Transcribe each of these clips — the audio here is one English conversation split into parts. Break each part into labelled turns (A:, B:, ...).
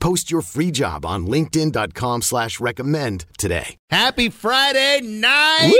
A: Post your free job on linkedin.com slash recommend today.
B: Happy Friday night!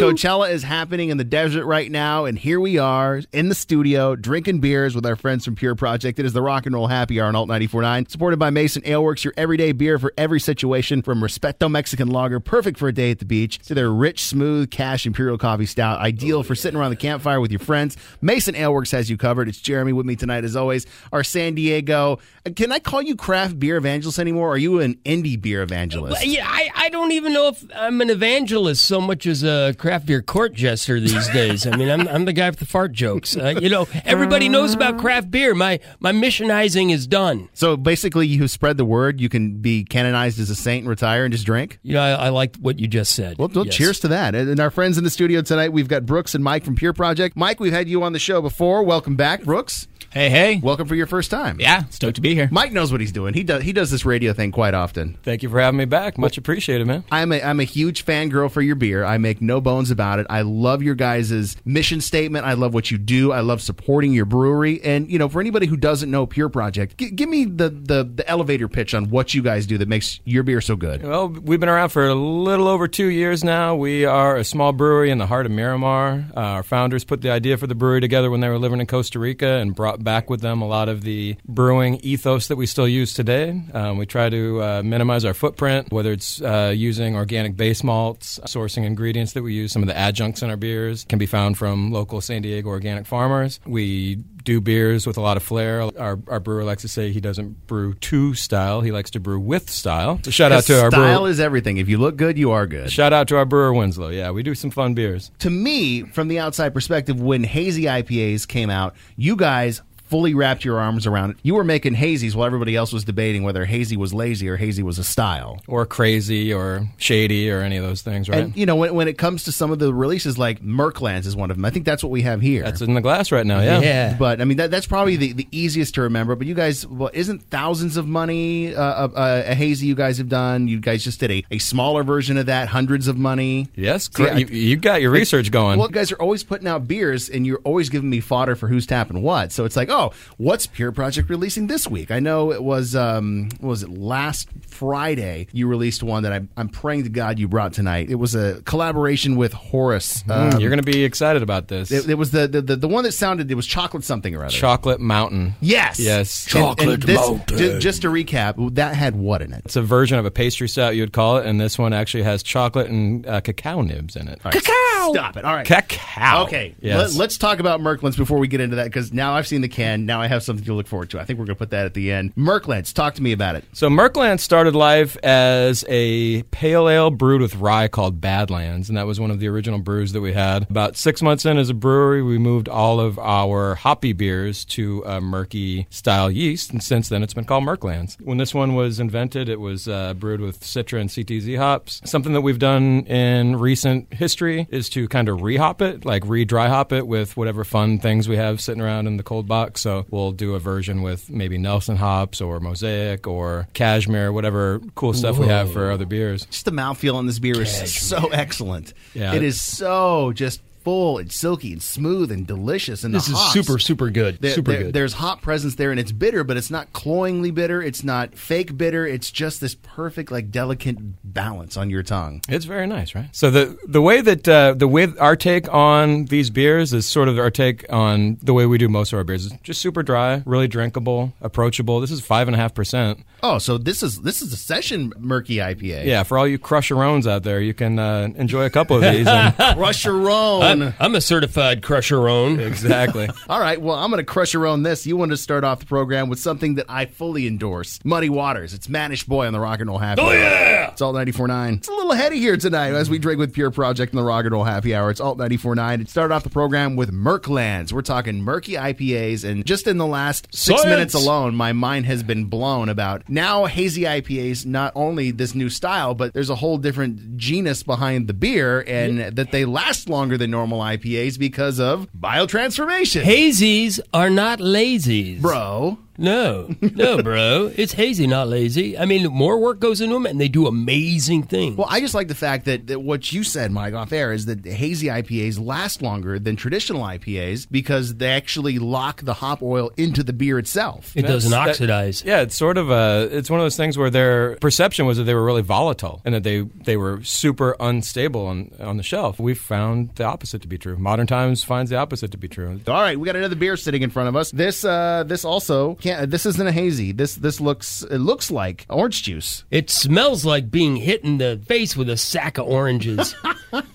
B: Coachella is happening in the desert right now, and here we are in the studio drinking beers with our friends from Pure Project. It is the Rock and Roll Happy Hour on Alt 94.9, supported by Mason Aleworks, your everyday beer for every situation, from Respeto Mexican Lager, perfect for a day at the beach, to their rich, smooth Cash Imperial Coffee Stout, ideal for sitting around the campfire with your friends. Mason Aleworks has you covered. It's Jeremy with me tonight, as always. Our San Diego, can I call you craft beer evangelist anymore? Or are you an indie beer evangelist?
C: But yeah, I, I don't even know if I'm an evangelist so much as a craft beer court jester these days. I mean, I'm, I'm the guy with the fart jokes. Uh, you know, everybody knows about craft beer. My my missionizing is done.
B: So basically, you spread the word. You can be canonized as a saint and retire and just drink.
C: You know, I, I liked what you just said.
B: Well, well
C: Yes.
B: cheers to that. And and our friends in the studio tonight, we've got Brooks and Mike from Pure Project. Mike, we've had you on the show before. Welcome back, Brooks.
D: Hey, hey.
B: Welcome for your first time.
D: Yeah, stoked to be here.
B: Mike knows what he's doing. He does. He does this radio thing quite often.
E: Thank you for having me back. Much appreciated, man.
B: I'm a I'm a huge fangirl for your beer. I make no bones about it. I love your guys' mission statement. I love what you do. I love supporting your brewery. And you know, for anybody who doesn't know Pure Project, g- give me the, the the elevator pitch on what you guys do that makes your beer so good.
E: Well, we've been around for a little over two years now. We are a small brewery in the heart of Miramar. Uh, our founders put the idea for the brewery together when they were living in Costa Rica and brought back with them a lot of the brewing ethos that we still use today. Um, we try to uh, minimize our footprint, whether it's uh, using organic base malts, sourcing ingredients that we use, some of the adjuncts in our beers can be found from local San Diego organic farmers. We do beers with a lot of flair. Our, our brewer likes to say he doesn't brew to style; he likes to brew with style. So shout out to our
B: style
E: brewer.
B: is everything. If you look good, you are good.
E: shout out to our brewer Winslow. Yeah, we do some fun beers.
B: to me, from the outside perspective, when hazy IPAs came out, you guys fully wrapped your arms around it. You were making hazies while everybody else was debating whether hazy was lazy or hazy was a style.
E: Or crazy, or shady, or any of those things, right?
B: And you know, when, when it comes to some of the releases, like Merklands is one of them. I think that's what we have here.
E: That's in the glass right now. Yeah.
B: But I mean, that, that's probably the, the easiest to remember. But you guys, well, isn't thousands of money uh, uh, uh, a hazy you guys have done? You guys just did a, a smaller version of that, hundreds of money.
E: Yes,
B: See,
E: cra-
B: I-
E: you, you got your research going.
B: Well, you guys are always putting out beers, and you're always giving me fodder for who's tapping what. So it's like, oh, what's Pure Project releasing this week? I know it was, um, what was it last Friday? You released one that I'm, I'm praying to God you brought tonight. It was a collaboration with Horace. Um,
E: Uh, You're going to be excited about this.
B: it, it was the, the, the the one that sounded it was chocolate something or other.
E: Chocolate Mountain.
B: yes,
E: Yes.
B: Chocolate and this, ju- just to recap, that had what in it?
E: It's a version of a pastry stout, you would call it, and this one actually has chocolate and uh, cacao nibs in it.
B: Cacao. Stop it. All right.
C: Oh,
E: Cacao.
B: Okay,
E: Yes.
B: let, us talk about Merklands before we get into that because now I've seen the can. Now I have something to look forward to. I think we're going to put that at the end. Merklands, talk to me about it.
E: So Merkland started life as a pale ale brewed with rye called Badlands, and that was one of the original brews that we had. About six months in as a brewery, we moved all of our hoppy beers to a murky style yeast, and since then it's been called Merklands. When this one was invented, it was uh, brewed with Citra and CTZ hops. Something that we've done in recent history is to kind of rehop it, like re-dry hop it with whatever fun things we have sitting around in the cold box. So we'll do a version with maybe Nelson hops or Mosaic or Cashmere, whatever cool stuff we have for other beers.
B: Just the mouthfeel on this beer is so excellent.
E: Yeah.
B: It is so just full and silky and smooth and delicious. And
C: This
B: the
C: is
B: hops,
C: super, super good.
B: there-
C: super
B: there-
C: good.
B: There's hop presence there, and it's bitter, but it's not cloyingly bitter. It's not fake bitter. It's just this perfect, like delicate balance on your tongue.
E: It's very nice, right? So the the way that uh, the way our take on these beers is sort of our take on the way we do most of our beers. It's just super dry, really drinkable, approachable. This is five and a half percent.
B: Oh, so this is this is a session murky IPA.
E: Yeah, for all you crusher owns out there, you can uh, enjoy a couple of these. And
B: Crush your own. gonna-
C: I'm a certified crusher own.
E: Exactly.
B: All right, well, I'm going to crush your own this. You wanted to start off the program with something that I fully endorse Muddy Waters. It's Manish Boy on the Rock and Roll Happy Hour. Oh, yeah! It's Alt 94.9. It's a little heady here tonight as we drink with Pure Project and the Rock and Roll Happy Hour. It's Alt 94.9. It started off the program with Merklands. We're talking murky IPAs, and just in the last six
C: Science!
B: minutes alone, my mind has been blown about now hazy IPAs, not only this new style, but there's a whole different genus behind the beer, and that they last longer than normal IPAs because of biotransformation.
C: Hazies are not lazies.
B: Bro.
C: No, no, bro. It's hazy, not lazy. I mean, more work goes into them and they do amazing things.
B: Well, I just like the fact that, that what you said, Mike, off air is that hazy IPAs last longer than traditional IPAs because they actually lock the hop oil into the beer itself.
C: it doesn't
E: That's- that-
C: oxidize.
E: yeah, it's sort of a. It's one of those things where their perception was that they were really volatile and that they they were super unstable on on the shelf. We found the opposite to be true. Modern times finds the opposite to be true.
B: All right, we got another beer sitting in front of us. This uh, this also can't. This isn't a hazy. This this looks it looks like orange juice.
C: It smells like being hit in the face with a sack of oranges.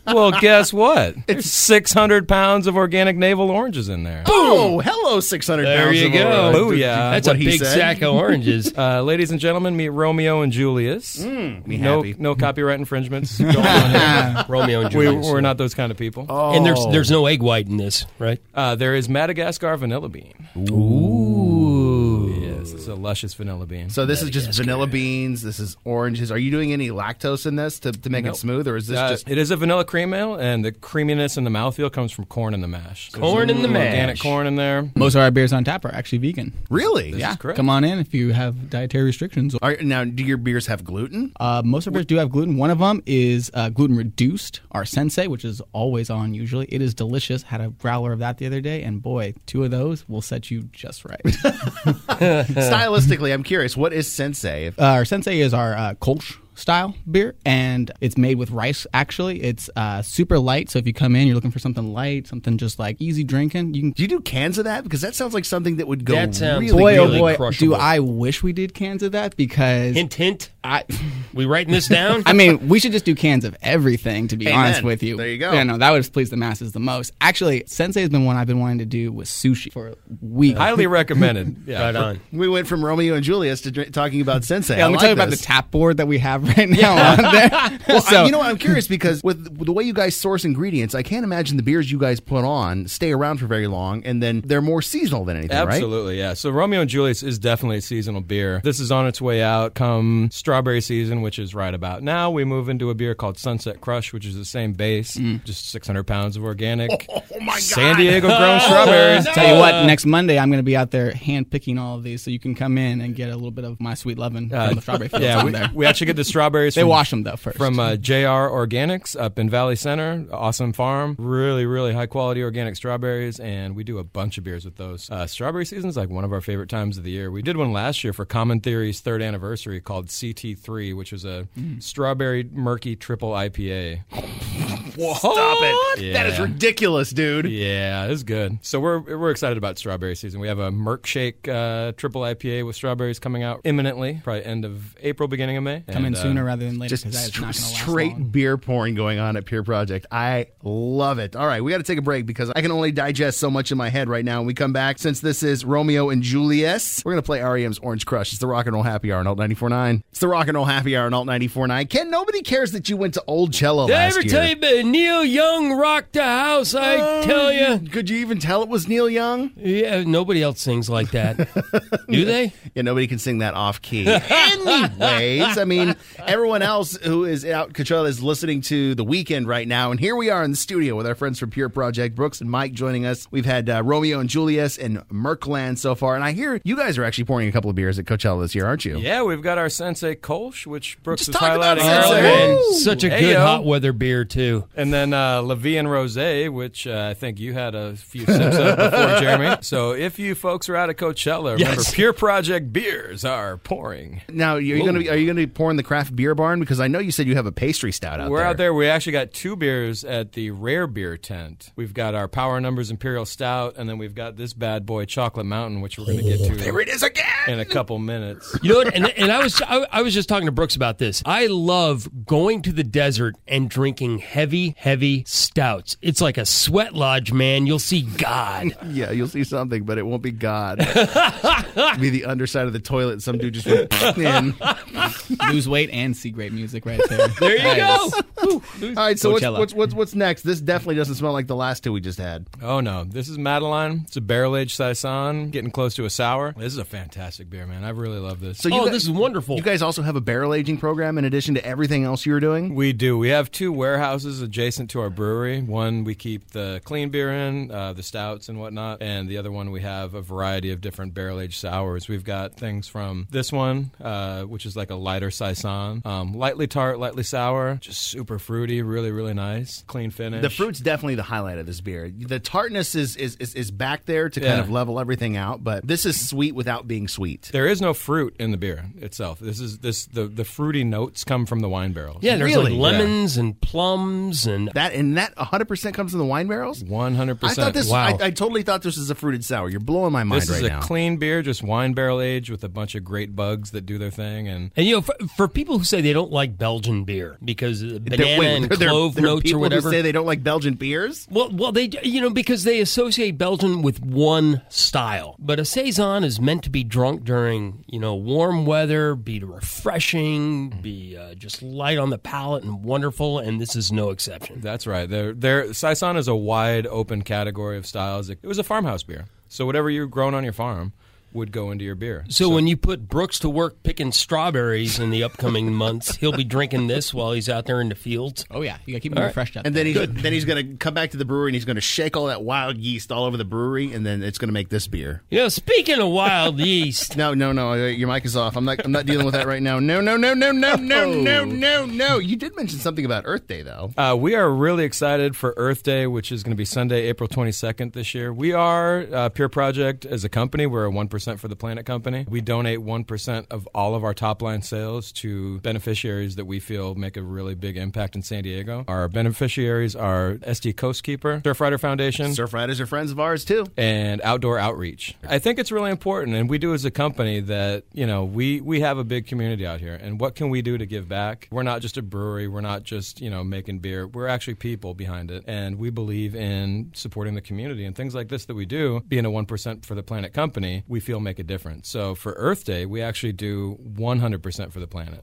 E: Well, guess what? It's 600 pounds of organic navel oranges in there.
B: Oh, hello, six hundred.
C: There
B: pounds
C: you
B: of
C: go.
B: orange.
E: Booyah.
C: That's
B: what
C: a
B: he
C: big
B: said.
C: sack of oranges.
E: Uh, ladies and gentlemen, meet Romeo and Julius.
B: me
E: no,
B: happy.
E: no copyright infringements. going on here.
C: Romeo and
E: we,
C: Juliet.
E: we're not those kind of people.
C: And there's there's no egg white in this, right?
E: Uh, there is Madagascar vanilla bean. Ooh. Yes, it's a luscious vanilla bean.
B: So this is just vanilla beans. This is oranges. Are you doing any lactose in this to, to make it smooth, or is this
E: Uh,
B: just
E: it is a vanilla cream ale, and the creaminess and the mouthfeel comes from corn in the mash. So
C: Corn in the
E: there's
C: mash.
E: Organic corn in there.
D: Most of our beers on tap are actually vegan.
B: really?
D: yeah,
E: correct.
D: come on in if you have dietary restrictions.
B: Are, now, do your beers have gluten?
D: Uh, most of our beers do have gluten. One of them is uh, gluten reduced, our sensei, which is always on usually. It is delicious. Had a growler of that the other day, and boy, two of those will set you just right. Uh,
B: Stylistically, I'm curious. What is sensei? If-
D: Uh, our sensei is our uh, kolsch style beer and it's made with rice actually it's uh, super light so if you come in you're looking for something light something just like easy drinking you can
B: do you do cans of that? Because that sounds like something that would go
C: That sounds
B: really,
D: boy
B: really
D: oh boy
C: crushable.
D: do i wish we did cans of that because
C: Hint, hint.
D: i
C: We writing this down?
D: I mean, we should just do cans of everything, to be
B: Amen.
D: honest with you.
B: There you go.
D: Yeah, no, that would please the masses the most. Actually, Sensei has been one I've been wanting to do with sushi for weeks.
E: Highly recommended. Yeah.
C: right on.
B: We went from Romeo and Julius to dr- talking about sensei.
D: yeah,
B: I
D: let me
B: like
D: tell you about the
B: this.
D: tap board that we have right now on there.
B: Well, I-
D: so,
B: you know what? I'm curious because with the way you guys source ingredients, I can't imagine the beers you guys put on stay around for very long, and then they're more seasonal than anything, right?
E: Absolutely, yeah. So Romeo and Julius is definitely a seasonal beer. This is on its way out come strawberry season, which is right about now. We move into a beer called Sunset Crush, which is the same base, just 600 pounds of organic San Diego grown strawberries.
D: tell you what, next Monday I'm going to be out there hand picking all of these so you can come in and get a little bit of my sweet lovin' from the strawberry fields
E: Uh, Yeah,
D: on
E: we,
D: there.
E: we actually get the strawberries.
D: They
E: from,
D: wash them, though, first.
E: from uh, JR Organics up in Valley Center. Awesome farm. Really, really high quality organic strawberries. And we do a bunch of beers with those. Uh, strawberry season is like one of our favorite times of the year. We did one last year for Common Theory's third anniversary called CT3, which was a
B: Mm.
E: strawberry murky triple IPA.
B: Stop it! That is
E: Yeah.
B: ridiculous, dude.
E: Yeah, it's good. So we're we're excited about strawberry season. We have a Merkshake uh, triple IPA with strawberries coming out imminently, probably end of April, beginning of May.
D: come in
E: And, uh,
D: sooner rather than later
B: Just
D: because that is
B: str-
D: not going to last
B: straight
D: long.
B: beer pouring going on at Pure Project. I love it. All right, we got to take a break because I can only digest so much in my head right now. When we come back, since this is Romeo and Julius, we're going to play REM's Orange Crush. It's the Rock and Roll Happy Hour on Alt 94.9. It's the Rock and Roll Happy Hour on Alt 94.9. Ken, nobody cares that you went to Old Cello
C: Did I
B: last
C: ever
B: year.
C: tell you about Neil Young rocked the house? I tell you.
B: Could you even tell it was Neil Young?
C: Yeah, nobody else sings like that. Do they?
B: Yeah, nobody can sing that off key. Anyways, I mean, everyone else who is out Coachella is listening to the weekend right now, and here we are in the studio with our friends from Pure Project, Brooks and Mike joining us. We've had uh, Romeo and Julius and Merkland so far, and I hear you guys are actually pouring a couple of beers at Coachella this year, aren't you?
E: Yeah, we've got our Sensei Kolsch, which Brooks
B: Just
E: is
B: talk about
E: highlighting
B: Sensei.
C: Oh,
B: Sensei.
E: earlier.
C: man.
B: Woo!
C: Such a good
E: Ayo.
C: hot weather beer, too.
E: And then uh, Levy and Rosé, which uh, I think you had a few sips of before, Jeremy. So if you folks are out of Coachella, remember
C: Yes.
E: Pure Project beers are pouring.
B: Now, are you going to be, are you going to be pouring the craft beer barn? Because I know you said you have a pastry stout out
E: We're
B: there.
E: out there. We actually got two beers at the rare beer tent. We've got our Power Numbers Imperial Stout, and then we've got this bad boy Chocolate Mountain, which we're going to get to
B: There it is again.
E: in a couple minutes.
C: You know what? And, and I was I, I was just talking to Brooks about this. I love going to the desert and drinking heavy heavy, heavy stouts. It's like a sweat lodge, man. You'll see God.
B: Yeah, you'll see something, but it won't be God. It'll be the underside of the toilet. Some dude just went in. All
D: Lose weight and see great music right there.
C: There you go.
B: right, so what's,
D: Coachella.
B: what's what's what's next? This definitely doesn't smell like the last two we just had.
E: Oh no, this is Madeline. It's a barrel aged saison, getting close to a sour. This is a fantastic beer, man. I really love this.
B: So you
C: oh,
B: guys,
C: this is wonderful.
B: you guys also have a barrel aging program in addition to everything else you were doing.
E: we do. We have two warehouses adjacent to our brewery. One we keep the clean beer in, uh, the stouts and whatnot, and the other one we have a variety of different barrel aged sours. We've got things from this one, uh, which is like a lighter saison, um, lightly tart, lightly sour, just super fruity, really really nice, clean finish.
B: The fruit's definitely the highlight of this beer. The tartness is is is, is back there to kind
E: Yeah.
B: of level everything out, but this is sweet without being sweet.
E: There is no fruit in the beer itself. This is this the, the fruity notes come from the wine barrels.
C: yeah, there's
B: Really?
C: like lemons and plums and
B: That and that 100% comes from the wine barrels.
E: One hundred
B: I
E: percent.
B: thought this.
C: Wow.
B: I, I totally thought this was a fruited sour. You're blowing my mind
E: This
B: right
E: is a
B: now.
E: clean beer, just wine barrel aged with a bunch of great bugs that do their thing. And
C: And you know, for, for people who say they don't like Belgian beer because of the banana
B: There- wait,
C: and
B: there- there-
C: clove
B: there are
C: notes
B: people
C: or
B: who
C: whatever,
B: say they don't like Belgian beers.
C: well, well, they you know because they associate Belgian with one style, but a saison is meant to be drunk during you know warm weather, be refreshing, be uh, just light on the palate and wonderful, and this is no exception.
E: that's right. There, there. Saison is a wide open category of styles. It, was a farmhouse beer, so whatever you're grown on your farm would go into your beer.
C: So, when you put Brooks to work picking strawberries in the upcoming months, he'll be drinking this while he's out there in the fields.
D: Oh yeah, you gotta keep them refreshed out
B: And
D: there.
B: then he's then he's going to come back to the brewery and he's going to shake all that wild yeast all over the brewery, and then it's going to make this beer.
C: You know, speaking of wild yeast,
B: No, no, no. uh, Your mic is off. I'm not. I'm not dealing with that right now. No, no, no, no, no, no, no, no, no. You did mention something about Earth Day though.
E: Uh, we are really excited for Earth Day, which is going to be Sunday, April 22nd this year. We are uh, Pure Project as a company. We're a 1% for the planet company. We donate 1% of all of our top line sales to beneficiaries that we feel make a really big impact in San Diego. Our beneficiaries are SD Coastkeeper, Surf Rider Foundation,
B: Surf riders are friends of ours too.
E: and outdoor outreach. I think it's really important, and we do as a company that you know we we have a big community out here, and what can we do to give back? We're not just a brewery, we're not just you know making beer. We're actually people behind it, and we believe in supporting the community and things like this that we do. Being a one percent for the planet company, we feel make a difference. So for Earth Day, we actually do one hundred percent for the planet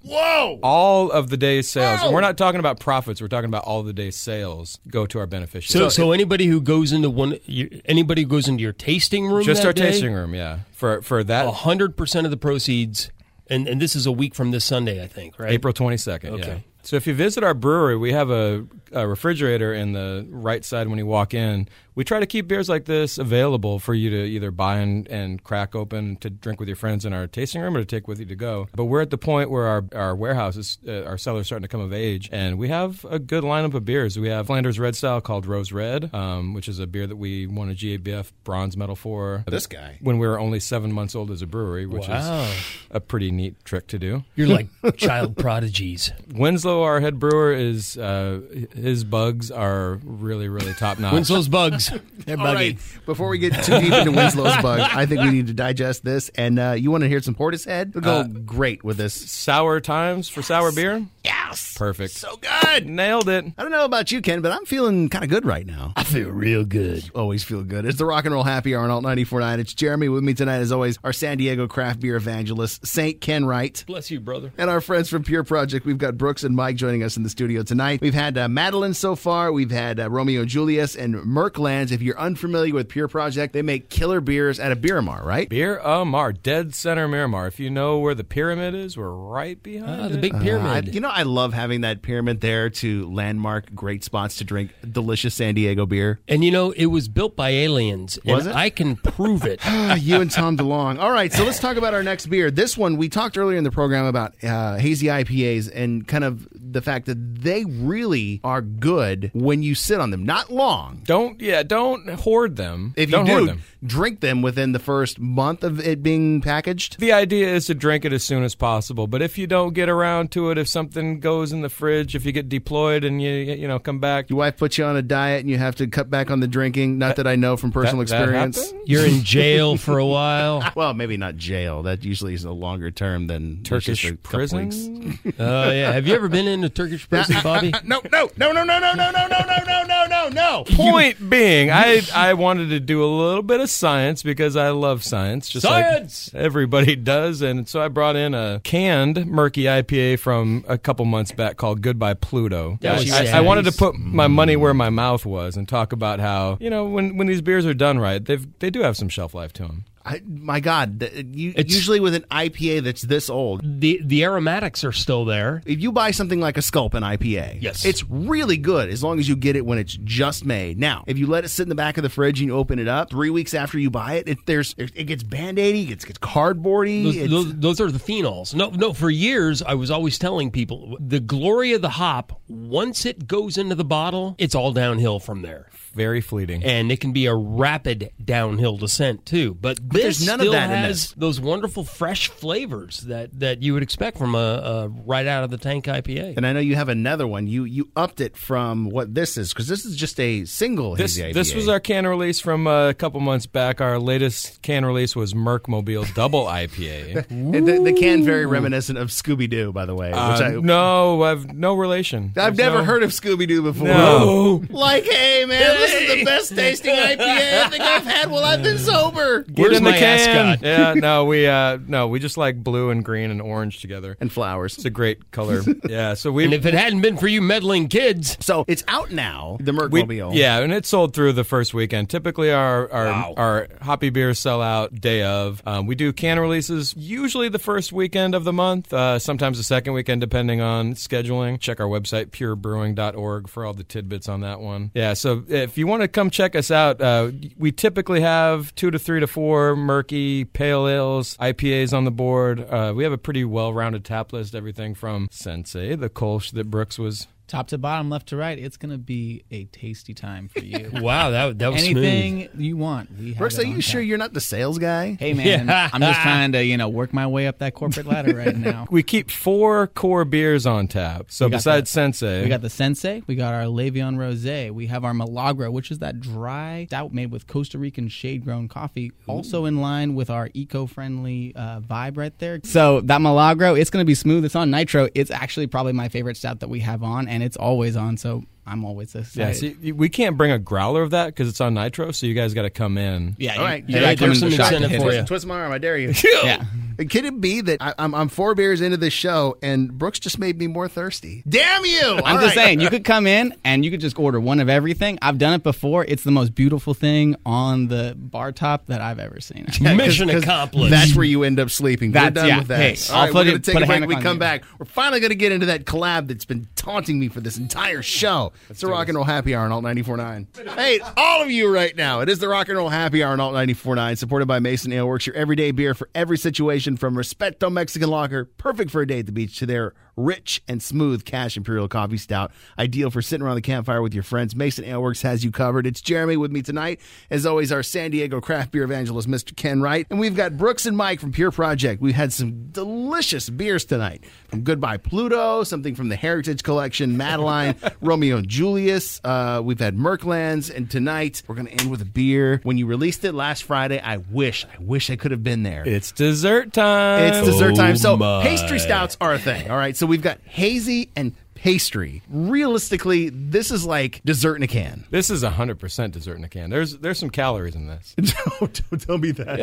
E: all of the day's sales. And we're not talking about profits. We're talking about all of the day's sales go to our
C: So,
E: beneficiaries.
C: so anybody who goes into one, you- anybody who goes into your tasting room,
E: just
C: that
E: our
C: day, Oh.
E: tasting room, yeah. For for that
C: hundred percent of the proceeds, and and this is a week from this Sunday, I think, right?
E: April 22nd. Yeah.
C: Okay.
E: So if you visit our brewery, we have a, a refrigerator in the right side when you walk in. We try to keep beers like this available for you to either buy and, and crack open to drink with your friends in our tasting room or to take with you to go. But we're at the point where our, our warehouse is, uh, our cellar's starting to come of age, and we have a good lineup of beers. We have Flanders Red Style called Rose Red, um, which is a beer that we won a GABF bronze medal for.
B: This guy.
E: When we were only seven months old as a brewery, which
C: Wow.
E: is a pretty neat trick to do.
C: You're like child prodigies.
E: Winslow, our head brewer, is uh, his bugs are really, really top notch.
C: Winslow's bugs.
D: They're
B: All
D: buggy.
B: right. Before we get too deep into Winslow's bug, I think we need to digest this. And uh, you want to hear some Portishead? Uh, It'll go great with this.
E: sour times for sour beer.
B: Yes.
E: Perfect.
B: So good.
E: Nailed it.
B: I don't know about you, Ken, but I'm feeling kind of good right now.
C: I feel real good.
B: always feel good. It's the Rock and Roll Happy Hour on Alt 94.9. It's Jeremy with me tonight, as always, our San Diego craft beer evangelist, Saint Ken Wright.
C: Bless you, brother.
B: And our friends from Pure Project, we've got Brooks and Mike joining us in the studio tonight. We've had uh, Madeline so far. We've had uh, Romeo and Julius and Merklands. If you're unfamiliar with Pure Project, they make killer beers at a beer mar, right?
E: Beer Amar, dead center Miramar. If you know where the pyramid is, we're right behind
C: Ah,
B: Uh,
C: the
E: it.
C: big
B: I,
C: pyramid.
B: you know, I love having that pyramid there to landmark great spots to drink delicious San Diego beer.
C: and you know, it was built by aliens,
B: Was
C: and
B: it?
C: I can prove it.
B: Ah, you and Tom DeLong. All right, so let's talk about our next beer. This one we talked earlier in the program about uh, hazy IPAs and kind of the fact that they really are good when you sit on them, not long.
E: Don't yeah, don't hoard them.
B: If you
E: don't
B: do,
E: hoard them.
B: drink them within the first month of it being packaged.
E: The idea is to drink it as soon as possible. But if you don't get around to it, if something goes in the fridge, if you get deployed and you you know come back,
B: Your wife puts you on a diet and you have to cut back on the drinking. Not that I know from personal
E: that
B: experience.
E: happened?
C: You're in jail for a while.
B: Well, maybe not jail. That usually is a longer term than just a
E: Turkish
B: couple weeks.
E: prisons.
C: Oh yeah. Have you ever been in been a Turkish person, Bobby?
B: No, no, no, no, no, no, no, no, no, no, no, no, no, no.
E: Point being, I I wanted to do a little bit of science because I love science, just
C: Science!
E: like everybody does, and so I brought in a canned murky IPA from a couple months back called Goodbye Pluto.
C: That was
E: I,
C: nice.
E: I wanted to put my money where my mouth was and talk about how you know when, when these beers are done right, they have they do have some shelf life to them.
B: I, my God, th- you,
C: It's-
B: usually with an IPA that's this old,
C: the the aromatics are still there.
B: if you buy something like a Sculpin IPA,
C: Yes.
B: it's really good as long as you get it when it's just made. Now, if you let it sit in the back of the fridge and you open it up three weeks after you buy it, it there's it gets band aidy, it gets, gets cardboardy.
C: Those,
B: it's-
C: those, those are the phenols. No, no. For years, I was always telling people the glory of the hop. Once it goes into the bottle, it's all downhill from there,
E: Very fleeting.
C: and it can be a rapid downhill descent too. But this
B: there's none of
C: still
B: that in
C: has those wonderful fresh flavors that that you would expect from a, a right out of the tank IPA.
B: and I know you have another one. You you upped it from what this is because this is just a single
E: This,
B: hazy IPA.
E: this was our can release from uh, a couple months back. Our latest can release was Mercmobile Double IPA.
B: And the, the can very reminiscent of Scooby Doo, by the way. which
E: Uh,
B: I,
E: no, I've no relation.
B: I've
E: There's
B: never
E: no-
B: heard of Scooby Doo before.
E: No.
B: Like, hey man, this is the best tasting IPA I think I've had while I've been sober.
E: Get
C: Where's
E: in the
C: my
E: can.
C: ascot?
E: Yeah, no, we uh, no, we just like blue and green and orange together.
B: And flowers.
E: It's a great color. yeah, so
C: And
E: we.
C: if it hadn't been for you meddling kids,
B: So it's out now. The
E: We,
B: Mercmobile.
E: yeah, and it sold through the first weekend. Typically, our our, our hoppy beers sell out day of. Um, we do can releases usually the first weekend of the month, uh, sometimes the second weekend, depending on scheduling. Check our website, purebrewing.org, for all the tidbits on that one. Yeah, so if you want to come check us out, uh, we typically have two to three to four murky pale ales, IPAs on the board. Uh, we have a pretty well rounded tap list, everything from Sensei, the Kolsch that Brooks was
D: Top to bottom, left to right, it's going to be a tasty time for you.
C: wow, that that was smooth.
D: Anything you want, we have
B: Brooks,
D: it
B: are you
D: on
B: sure
D: tap.
B: you're not the sales guy?
D: Hey man,
C: Yeah.
D: I'm just trying to you know work my way up that corporate ladder right now.
E: we keep four core beers on tap. So
D: got
E: besides
D: that.
E: Sensei,
D: We got the Sensei. We got our Le'Veon Rosé. We have our Milagro, which is that dry stout made with Costa Rican shade-grown coffee, also in line with our eco-friendly uh, vibe right there. So that Milagro, it's going to be smooth. It's on nitro. It's actually probably my favorite stout that we have on, and it's always on. So I'm always excited.
E: yeah, see, you- we can't bring a growler of that because it's on nitro. So you guys got to come in.
D: yeah.
B: All right.
D: you, you
B: Hey,
D: gotta come
B: there's
C: some
D: in the shop to
C: incentive
D: hit
C: for
D: it.
C: you.
B: Twist my arm, I dare you.
D: Yeah.
B: Could it be that I, I'm, I'm four beers into this show and Brooks just made me more thirsty? Damn you!
D: I'm just saying, you could come in and you could just order one of everything. I've done it before. It's the most beautiful thing on the bar top that I've ever seen.
C: Mission accomplished.
B: That's where you end up sleeping.
D: That's-
B: we're done
D: yeah,
B: with that.
D: hey,
B: All
D: I'll
B: right,
D: put
B: we're
D: it-
B: going to take
D: put
B: a
D: a
B: break.
D: hammock
B: We
D: on
B: come
D: you.
B: back. We're finally going to get into that collab that's been taunting me for this entire show. it's the Rock and Roll Happy Hour on Alt 94.9. hey, all of you right now. It is the Rock and Roll Happy Hour on Alt 94.9, supported by Mason Ale Works, your everyday beer for every situation from Respeto Mexican Lager, perfect for a day at the beach, to their rich and smooth Cash Imperial Coffee Stout, ideal for sitting around the campfire with your friends. Mason Ale Works has you covered. It's Jeremy with me tonight. As always, our San Diego craft beer evangelist, Mr. Ken Wright. And we've got Brooks and Mike from Pure Project. We had some delicious beers tonight from Goodbye Pluto, something from the Heritage Collection, Madeline, Romeo and Julius. Uh, we've had Merklands. And tonight, we're going to end with a beer. When you released it last Friday, I wish, I wish I could have been there.
E: It's dessert time.
B: It's dessert
C: Oh
B: time. So
C: my.
B: pastry stouts are a thing. All right. So we've got hazy and pastry. Realistically, this is like dessert in a can.
E: this is hundred percent dessert in a can. There's there's some calories in this. Ah.
B: don't, don't tell me that.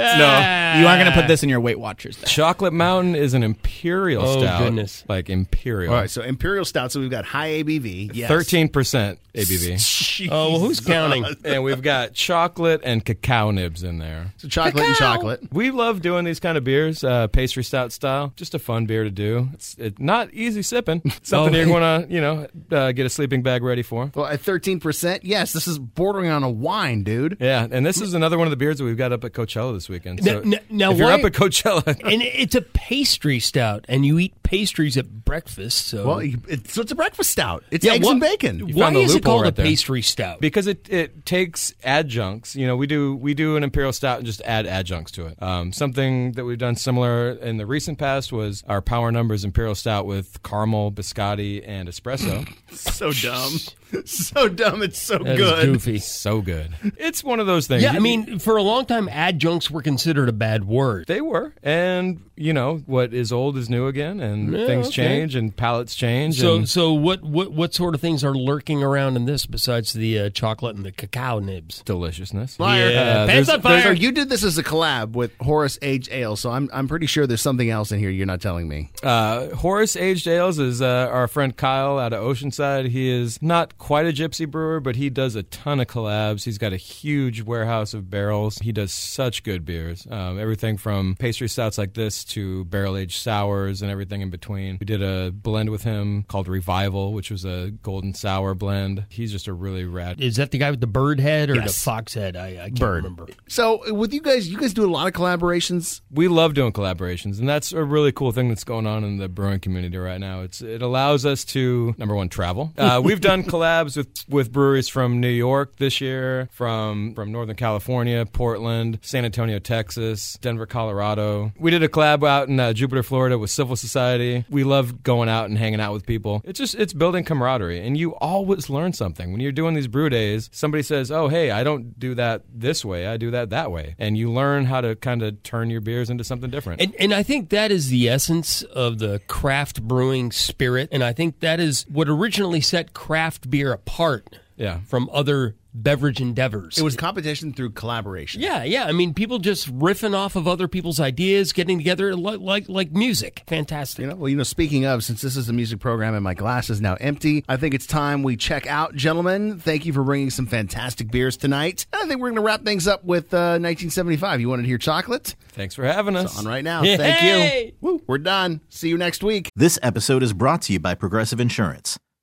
D: You aren't going to put this in your Weight Watchers. Though.
E: Chocolate Mountain is an imperial
C: Oh,
E: stout.
C: goodness.
E: Like imperial.
B: All right. So imperial stout. So we've got high ABV. Yes.
E: Thirteen percent ABV.
B: Jeez.
C: Oh, well, who's counting?
E: and we've got chocolate and cacao nibs in there.
B: So chocolate and chocolate.
E: We love doing these kind of beers, uh, pastry stout style. Just a fun beer to do. It's it, not easy sipping. Something
C: Oh.
E: you're going to, you know, uh, get a sleeping bag ready for.
B: Well, at 13%, yes, this is bordering on a wine, dude.
E: Yeah, and this is another one of the beers that we've got up at Coachella this weekend. So
C: Now- now
E: if you're
C: why-
E: up at Coachella,
C: and it's a pastry stout, and you eat pastries at breakfast. So,
B: Well, you- it's, so it's a breakfast stout. It's
C: Yeah,
B: eggs
C: what-
B: and bacon.
C: why
E: found the
C: is it
E: loophole
C: called
E: right
C: a
E: there.
C: pastry stout?
E: because it, it takes adjuncts. You know, we do we do an imperial stout and just add adjuncts to it. Um, something that we've done similar in the recent past was our Power Numbers Imperial Stout with caramel, biscotti, and espresso.
B: so dumb. so dumb. It's so
C: That is
B: good.
C: goofy.
E: so good. It's one of those things.
C: Yeah, I
E: You-
C: mean, for a long time, adjuncts were considered a bad word.
E: They were, and you know, what is old is new again, and
C: Yeah,
E: things
C: okay.
E: change, and palates change.
C: So,
E: and
C: so what, what what sort of things are lurking around in this besides the uh, chocolate and the cacao nibs?
E: deliciousness.
B: Liar.
E: Yeah,
C: pants
E: there's-
C: on fire.
B: So you did this as a collab with Horace H. Ale, so I'm I'm pretty sure there's something else in here you're not telling me.
E: Uh, Horace Aged Ales is uh, our friend Kyle out of Oceanside. He is not quite a gypsy brewer, but he does a ton of collabs. He's got a huge warehouse of barrels. He does such good beers. Um, everything from pastry stouts like this to barrel aged sours and everything in between. We did a blend with him called Revival, which was a golden sour blend. He's just a really rad.
C: Is that the guy with the bird head or
B: Yes.
C: the fox head? I, I can't
B: Bird.
C: remember.
B: So with you guys, you guys do a lot of collaborations.
E: we love doing collaborations and that's a really cool thing that's going on in the brewing community right now it's it allows us to number one travel uh, we've done collabs with with breweries from new york this year from from northern california portland san antonio texas denver colorado we did a collab out in uh, jupiter florida with civil society we love going out and hanging out with people it's just it's building camaraderie and you always learn something when you're doing these brew days somebody says oh hey i don't do that this way i do that that way and you learn how to kind of turn your beers into something different
C: And, and I think that is the essence of the craft brewing spirit. And I think that is what originally set craft beer apart
E: yeah
C: from other beverage endeavors.
B: It was competition through collaboration.
C: yeah, yeah. I mean, people just riffing off of other people's ideas, getting together like like, like music. Fantastic.
B: You know, well, you know, speaking of, since this is a music program and my glass is now empty, I think it's time we check out, gentlemen. Thank you for bringing some fantastic beers tonight. I think we're going to wrap things up with uh, 1975. You wanted to hear chocolate?
E: thanks for having us
B: On right now.
C: Yay!
B: Thank you. Woo, we're done. See you next week.
F: This episode is brought to you by Progressive Insurance.